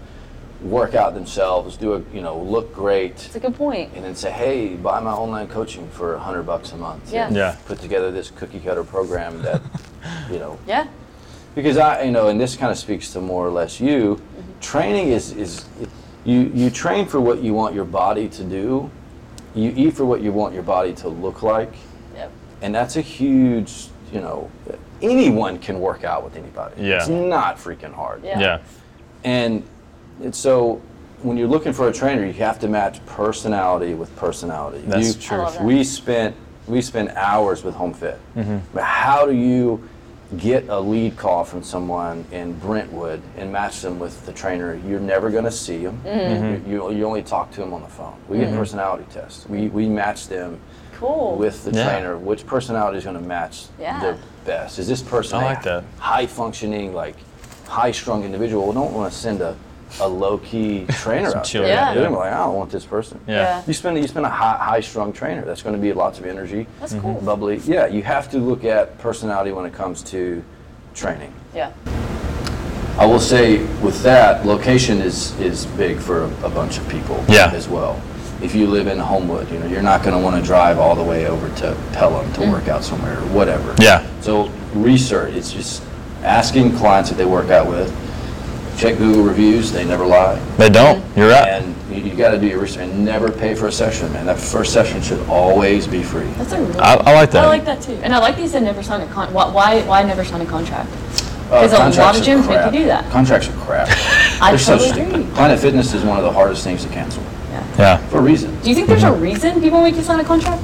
work out themselves, do a, you know, look great,
It's a good point.
and then say, hey, buy my online coaching for 100 bucks a month.
Yeah.
and
Yeah.
Put together this cookie cutter program that, you know,
Yeah.
because I, you know, and this kind of speaks to more or less you. Training is is you you train for what you want your body to do. You eat for what you want your body to look like,
Yep.
and that's a huge, you know, anyone can work out with anybody.
Yeah.
It's not freaking hard.
Yeah.
yeah.
And it's so when you're looking for a trainer, you have to match personality with personality.
That's
You-
true. I
love that.
We spent we spent hours with Home Fit.
Mm-hmm.
But how do you get a lead call from someone in Brentwood and match them with the trainer? You're never going to see them. You, you, you only talk to them on the phone. We
Mm-hmm.
did personality tests. We we match them
Cool.
with the
Yeah.
trainer, which personality is going to match
Yeah.
the best? Is this person
I like that.
high functioning, like high strung individual? We don't want to send a, a low
(laughs)
key trainer
Some
out
chill
there.
guy,
They're
yeah.
gonna be like, I don't want this person.
Yeah.
Yeah.
You spend you spend a high high strung trainer. That's going to be lots of energy,
mm-hmm,
That's cool.
bubbly. Yeah, you have to look at personality when it comes to training.
yeah.
I will say with that, location is, is big for a, a bunch of people
Yeah.
as well. If you live in Homewood, you know, you're not going to want to drive all the way over to Pelham to
Mm.
work out somewhere or whatever.
Yeah.
So research, it's just asking clients that they work out with, check Google reviews, they never lie.
They don't. You're right.
And you, you got to do your research and never pay for a session, man. That first session should always be free.
That's a really
I, I like that.
I like that too. And I like these that never sign a con. Why? Why, why never sign a contract?
Uh,
Because a lot
contracts
of
are
gyms
crap.
make you do that.
Contracts are crap.
I
They're so
totally
stupid.
agree.
Planet Fitness is one of the hardest things to cancel
yeah.
for a reason.
Do you think there's a reason people make you sign a contract?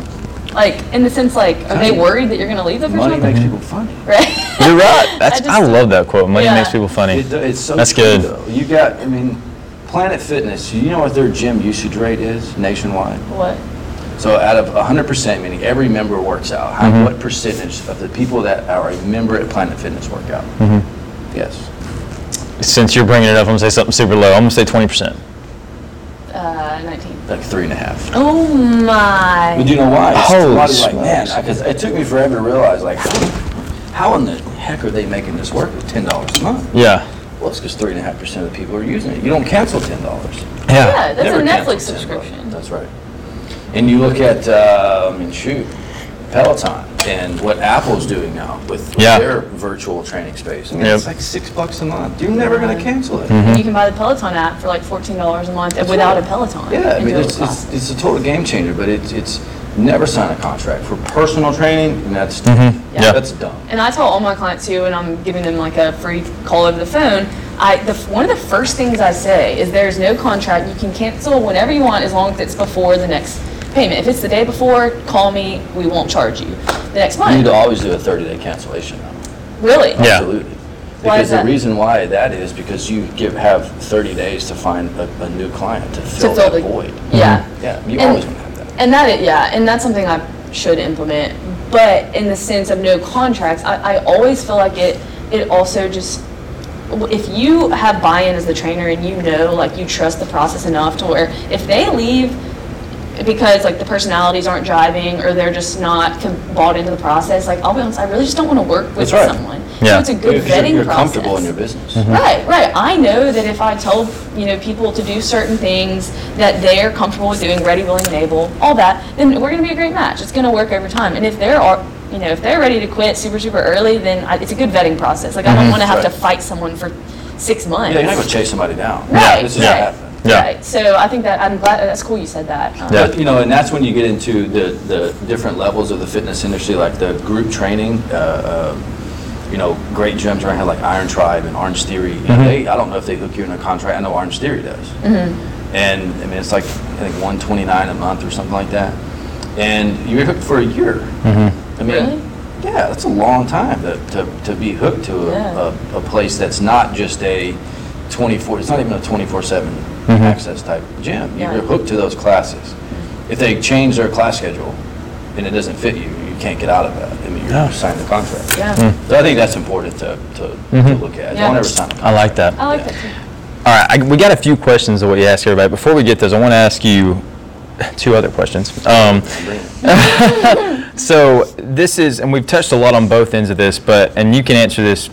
Like in the sense, like are they
Money.
worried that you're gonna leave them for
Money
something?
makes people funny.
Right.
You're
(laughs)
right. That's. I,
just-
love that quote. Money
Yeah.
makes people funny.
It, it's so
That's
true,
good.
though. You got, I mean, Planet Fitness. You know what their gym usage rate is nationwide?
what?
So out of 100%, meaning every member works out, how,
Mm-hmm.
what percentage of the people that are a member at Planet Fitness work out?
Mm-hmm.
Yes.
Since you're bringing it up, I'm gonna say something super low. I'm gonna say 20%.
Uh, 19.
Like three and a half.
Oh my.
But you know why? It's
Holy
a lot of like,
smokes.
man, because it took me forever to realize, like, how in the heck are they making this work with $10 a month?
Yeah.
Well, it's because three and a half percent of the people are using it. You don't cancel ten dollars.
Yeah, that's a Netflix subscription.
That's right. And you look at, uh, I mean, shoot, Peloton and what Apple's doing now with, with
Yeah.
their virtual training space. I mean,
Yep. Mm-hmm.
it's like six bucks a month. You're never going to cancel it.
You can buy the Peloton app for like $14 a month
That's
without
right.
a Peloton.
Yeah, I
and
mean,
do it
it's,
with
it's,
us.
it's a total game changer. But it's it's never sign a contract for personal training, and that's
Mm-hmm.
Yeah. Yeah.
that's dumb.
And I tell all my clients too, when I'm giving them like a free call over the phone, I the, one of the first things I say is there's no contract. You can cancel whenever you want as long as it's before the next payment. If it's the day before, call me. We won't charge you the next
You need
month.
to always do a 30-day cancellation. Though.
Really?
Yeah.
Absolutely.
Why is
Because the
that?
reason why that is because you give, have 30 days to find a, a new client to
To
fill
fill
that
the
void.
yeah.
Yeah, you
And-
always want to have that.
And that, i- yeah, and that's something I should implement. But in the sense of no contracts, I, I always feel like it. It also just, if you have buy-in as the trainer and you know, like you trust the process enough to where if they leave because like the personalities aren't driving or they're just not com- bought into the process, like I'll be honest, I really just don't want to work with
That's right.
someone.
Yeah.
So it's a good vetting
you're
process. Mm-hmm.
comfortable in your business.
Right, right. I know that if I told you know people to do certain things that they're comfortable with doing, ready, willing, and able, all that, then we're going to be a great match. It's going to work over time. And if they're are you know if they're ready to quit super super early, then I, it's a good vetting process. Like I
Mm-hmm.
don't want to have to
Right.
fight someone for six months.
Yeah, you're not gonna chase somebody down.
Right,
This is
right.
what happened.
Yeah.
Right. So I think that I'm glad that's cool. You said that. Um,
Yeah.
But, you know, and that's when you get into the, the different levels of the fitness industry, like the group training. Uh, uh, you know, great gyms around here like Iron Tribe and Orange Theory. You know,
Mm-hmm.
they, I don't know if they hook you in a contract. I know Orange Theory does.
Mm-hmm.
And I mean, it's like I think 129 a month or something like that. And you're hooked for a year. I mean,
Mm-hmm. Really?
yeah, that's a long time to, to, to be hooked to a,
Yeah.
a, a place that's not just a 24. It's not even a 24/7 access type gym. You're
Mm-hmm. Right.
hooked to those classes. If they change their class schedule and it doesn't fit you, you can't get out of that. I mean, you're
Yeah.
signed the contract.
Yeah.
Mm.
So I think that's important to, to, to
Mm-hmm.
look at.
Yeah.
Don't ever sign a contract.
I like that.
I like that too.
All right, I, we got a few questions of what you asked everybody. Before we get those, I want to ask you (laughs) two other questions. Um, (laughs) so this is, and we've touched a lot on both ends of this, but and you can answer this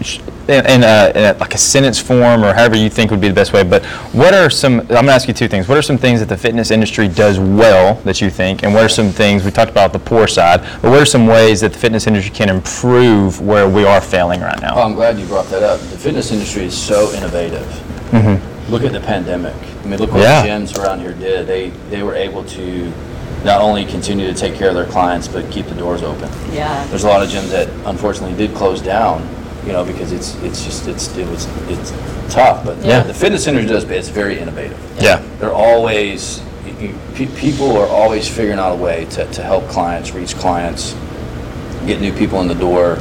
sh- in, in, a, in a, like a sentence form or however you think would be the best way. But what are some? I'm going to ask you two things. What are some things that the fitness industry does well that you think, and what are some things we talked about the poor side? But what are some ways that the fitness industry can improve where we are failing right now?
Oh, I'm glad you brought that up. The fitness industry is so innovative. Look at the pandemic. I mean, look what
Mm-hmm. Yeah.
gyms around here did. They they were able to not only continue to take care of their clients, but keep the doors open.
Yeah.
There's a lot of gyms that unfortunately did close down, you know, because it's it's just it's it was it's tough. But
Yeah.
the fitness industry does, but it's very innovative.
Yeah.
They're always you, you, pe- people are always figuring out a way to, to help clients reach clients get new people in the door,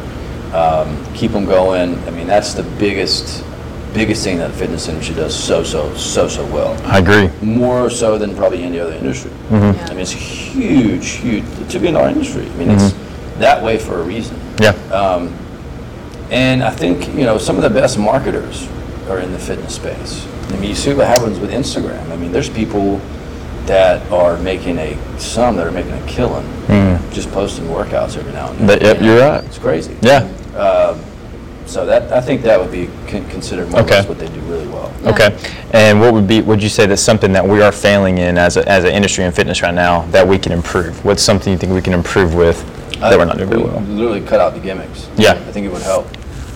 um, keep them going. I mean, that's the biggest, biggest thing that the fitness industry does so, so, so, so well.
I agree.
More so than probably any other industry.
Mm-hmm.
I mean, it's huge, huge to be in our industry. I mean,
Mm-hmm.
it's that way for a reason.
Yeah.
And I think, you know, some of the best marketers are in the fitness space. I mean, you see what happens with Instagram. I mean, there's people that are making a, some that are making a killing just posting workouts every now and then.
Mm-hmm. But, yep, you're right.
It's crazy.
Yeah.
So that I think that would be con- considered more or
Okay.
less what they do really well.
Okay. And what would be would you say that's something that we are failing in as a, as an industry in fitness right now that we can improve? What's something you think we can improve with
I
that
think
we're not doing very
Uh, we
well?
Literally cut out the gimmicks.
Yeah.
I think it would help.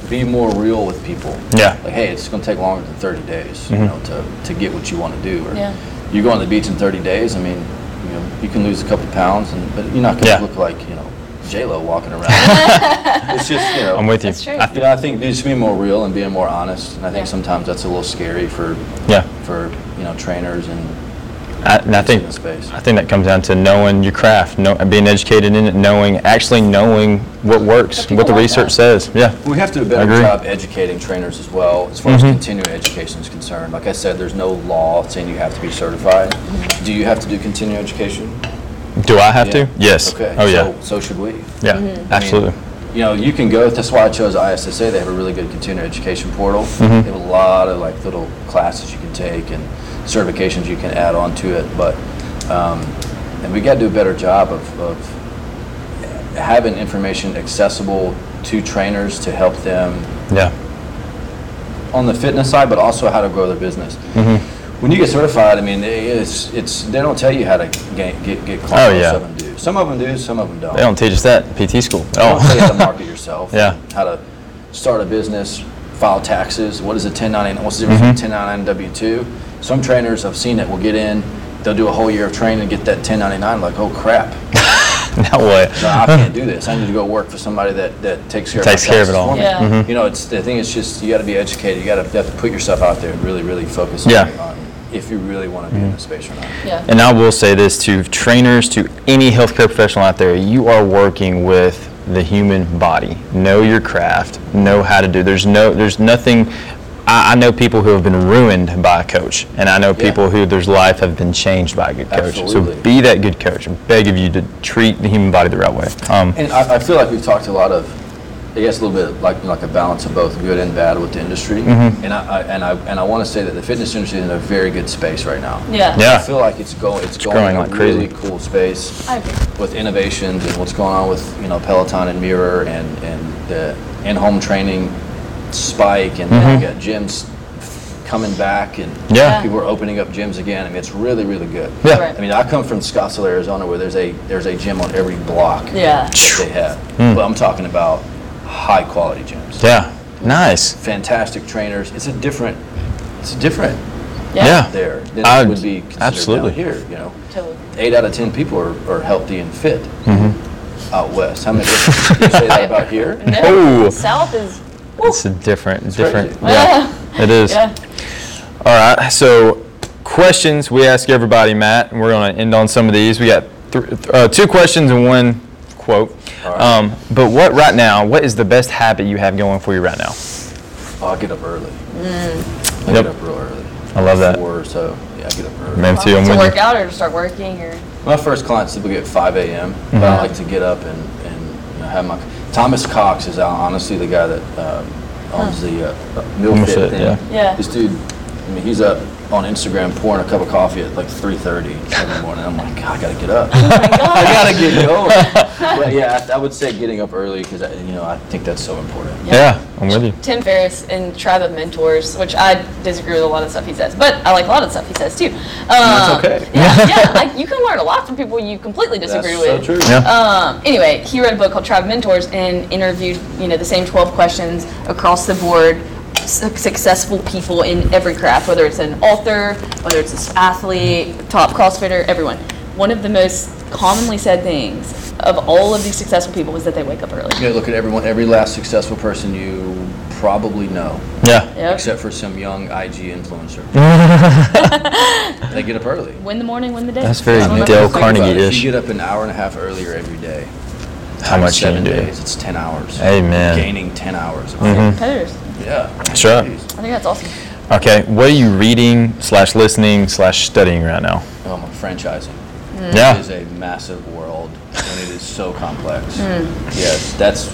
Be more real with people.
Yeah. Mm-hmm.
Like, hey, it's going to take longer than 30 days, you know, to, to get what you want to do. Or
Yeah.
you go on the beach in 30 days. I mean, you know, you can lose a couple pounds, and but you're not going to
Yeah.
look like you know J Lo walking
(laughs)
around. it's just you know.
I'm with you.
That's true.
I-
You know, I think just being more real and being more honest, and I think
Yeah.
sometimes that's a little scary for
yeah.
for you know trainers and
I, and I think
in the space.
I think that comes down to knowing your craft, know, being educated in it, knowing actually knowing what works,
But
what the
people like
research
that.
says. Yeah.
We have to do a
I
better
agree. Mm-hmm.
job educating trainers as well, as far as continuing education is concerned. Like I said, there's no law saying you have to be certified. Do you have to do continuing education?
Do I have
Yeah.
to? Yes.
Okay.
Oh yeah.
So, so should we.
yeah. Absolutely.
You know, you can go. That's why I chose ISSA. They have a really good continuing education portal.
Mm-hmm.
They have a lot of like little classes you can take and certifications you can add on to it. But um, and we got to do a better job of, of having information accessible to trainers to help them
yeah.
on the fitness side, but also how to grow their business.
Mm-hmm.
When you get certified, I mean, it's it's they don't tell you how to get get, get clients.
Oh, yeah.
Most of them do. Some of them do. Some of them don't.
They don't teach us that in PT school.
They don't tell
Oh. (laughs)
you how to market yourself.
Yeah.
How to start a business, file taxes. What is a 1099? What's the
Mm-hmm.
difference between 1099 and W-2? Some trainers I've seen it will get in. They'll do a whole year of training and get that 1099. Like, oh crap,
now what?
no, I can't do this. I need to go work for somebody that, that takes care
Takes
of my
care of it
taxes
all. Mm-hmm.
for me.
Yeah. Mhm.
You know, it's the thing. It's just you got to be educated. You got to have to put yourself out there and really, really focus
Yeah. Mm-hmm.
on, on if you really want to be in the space or not.
Yeah.
And I will say this to trainers, to any healthcare professional out there, you are working with the human body. Know your craft. Know how to do. There's no. There's nothing. I, I know people who have been ruined by a coach, and I know
Yeah.
people who their life have been changed by a good coach.
Absolutely.
So be that good coach. I beg of you to treat the human body the right way. Um,
And I, I feel like we've talked a lot of, I guess, a little bit like like a balance of both good and bad with the industry.
Mm-hmm.
And I, I and I and I want to say that the fitness industry is in a very good space right now.
Yeah.
I
yeah.
feel like it's going it's, going
growing
in a
like crazy.
really cool space.
I agree.
with innovations and what's going on with you know Peloton and Mirror and and the and home training spike, and then you got gyms coming back, and
Mm-hmm. Yeah.
people are opening up gyms again. I mean, it's really, really good.
Yeah.
Right.
I mean, I come from Scottsdale, Arizona, where there's a there's a gym on every block
Yeah.
that they have. But I'm talking about high quality gyms,
Hmm. Yeah. Nice.
fantastic trainers. It's a different it's different
Yeah.
there than
I-
it would be considered
absolutely.
down here. You know,
Totally.
eight out of ten people are, are healthy and fit
Mm-hmm.
out west. How many do you say that about here?
Oh.
South is
It's a different, different.
crazy.
Yeah. it is.
yeah.
All right. So, questions we ask everybody, Matt, and we're going to end on some of these. We got th- th- uh, two questions and one quote.
All right.
Um, but what right now? What is the best habit you have going for you right now?
Oh, I get up early. I
Yep.
get up real early.
I love that.
Four or so. Yeah, I get up early.
Man, too. I'm
to
with
work
you.
out or to start working or
My first clients typically at 5 a.m., but I like to get up and, and you know, have my. Thomas Cox is uh, honestly the guy that um, owns the uh, uh, Meal
Meal
Fit
Fit,
thing.
yeah.
Yeah.
This dude, I mean, he's up on Instagram pouring a cup of coffee at like 3:30 every morning. I'm like, God, I gotta get up.
Oh
(laughs) I gotta get going.
(laughs)
but yeah, I, I would say getting up early because you know I think that's so important.
Yeah, I'm with you.
Tim Ferriss and Tribe of Mentors, which I disagree with a lot of stuff he says, but I like a lot of stuff he says too. Um,
That's okay. (laughs)
Yeah, yeah I, you can learn a lot from people you completely
That's
disagree
so
with.
true.
Yeah.
Um, anyway, he wrote a book called Tribe of Mentors and interviewed, you know, the same 12 questions across the board, su- successful people in every craft, whether it's an author, whether it's an athlete, top CrossFitter, everyone. One of the most commonly said things of all of these successful people was that they wake up early.
You know, look at everyone, every last successful person you probably know,
Yeah.
Yep.
except for some young IG influencer. they get up early.
win the morning, win the day.
That's very
I don't know if
Dale
that's like-
Carnegie.
But if
ish.
you get up an hour and a half earlier every day,
How
times
much can
seven
you do?
days, it's 10 hours.
Amen.
Gaining 10 hours.
Mm-hmm.
Competitors.
Yeah.
Sure.
Jeez.
I think that's awesome.
Okay. What are you reading slash listening slash studying right now?
Um, franchising
Yeah.
is a massive world, and it is so complex.
Hmm.
Yes, that's.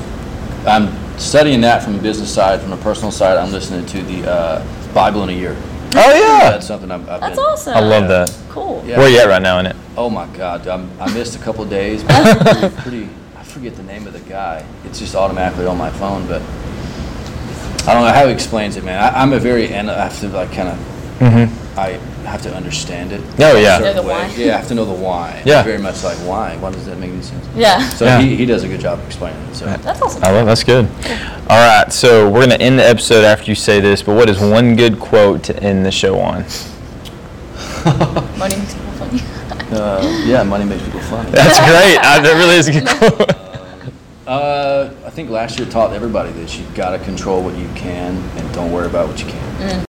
I'm studying that from a business side, from a personal side. I'm listening to the uh, Bible in a Year.
Oh yeah.
That's something I've, I've
That's
been.
awesome.
I love that.
Cool.
Yeah.
Where are you at right now in it?
Oh my God, I'm, I missed a couple of
(laughs)
days. But I'm pretty, pretty, I forget the name of the guy. It's just automatically on my phone, but I don't know how he explains it, man. I, I'm a very, and I have to like kind of, I have to understand it.
Oh, yeah.
a
Know the
certain way.
why.
Yeah, I have to know the why.
(laughs) Yeah.
Very much like why. Why does that make any sense?
Yeah.
So
Yeah.
he, he does a good job of explaining it. So
That's awesome.
I love that's good. All right, so we're gonna end the episode after you say this, but what is one good quote to end the
(laughs)
show on?
(laughs) Money makes people funny.
uh, yeah, money makes people funny.
(laughs) That's great. I, that really is a
(laughs)
good quote.
Uh, I think last year taught everybody that you gotta control what you can and don't worry about what you can't.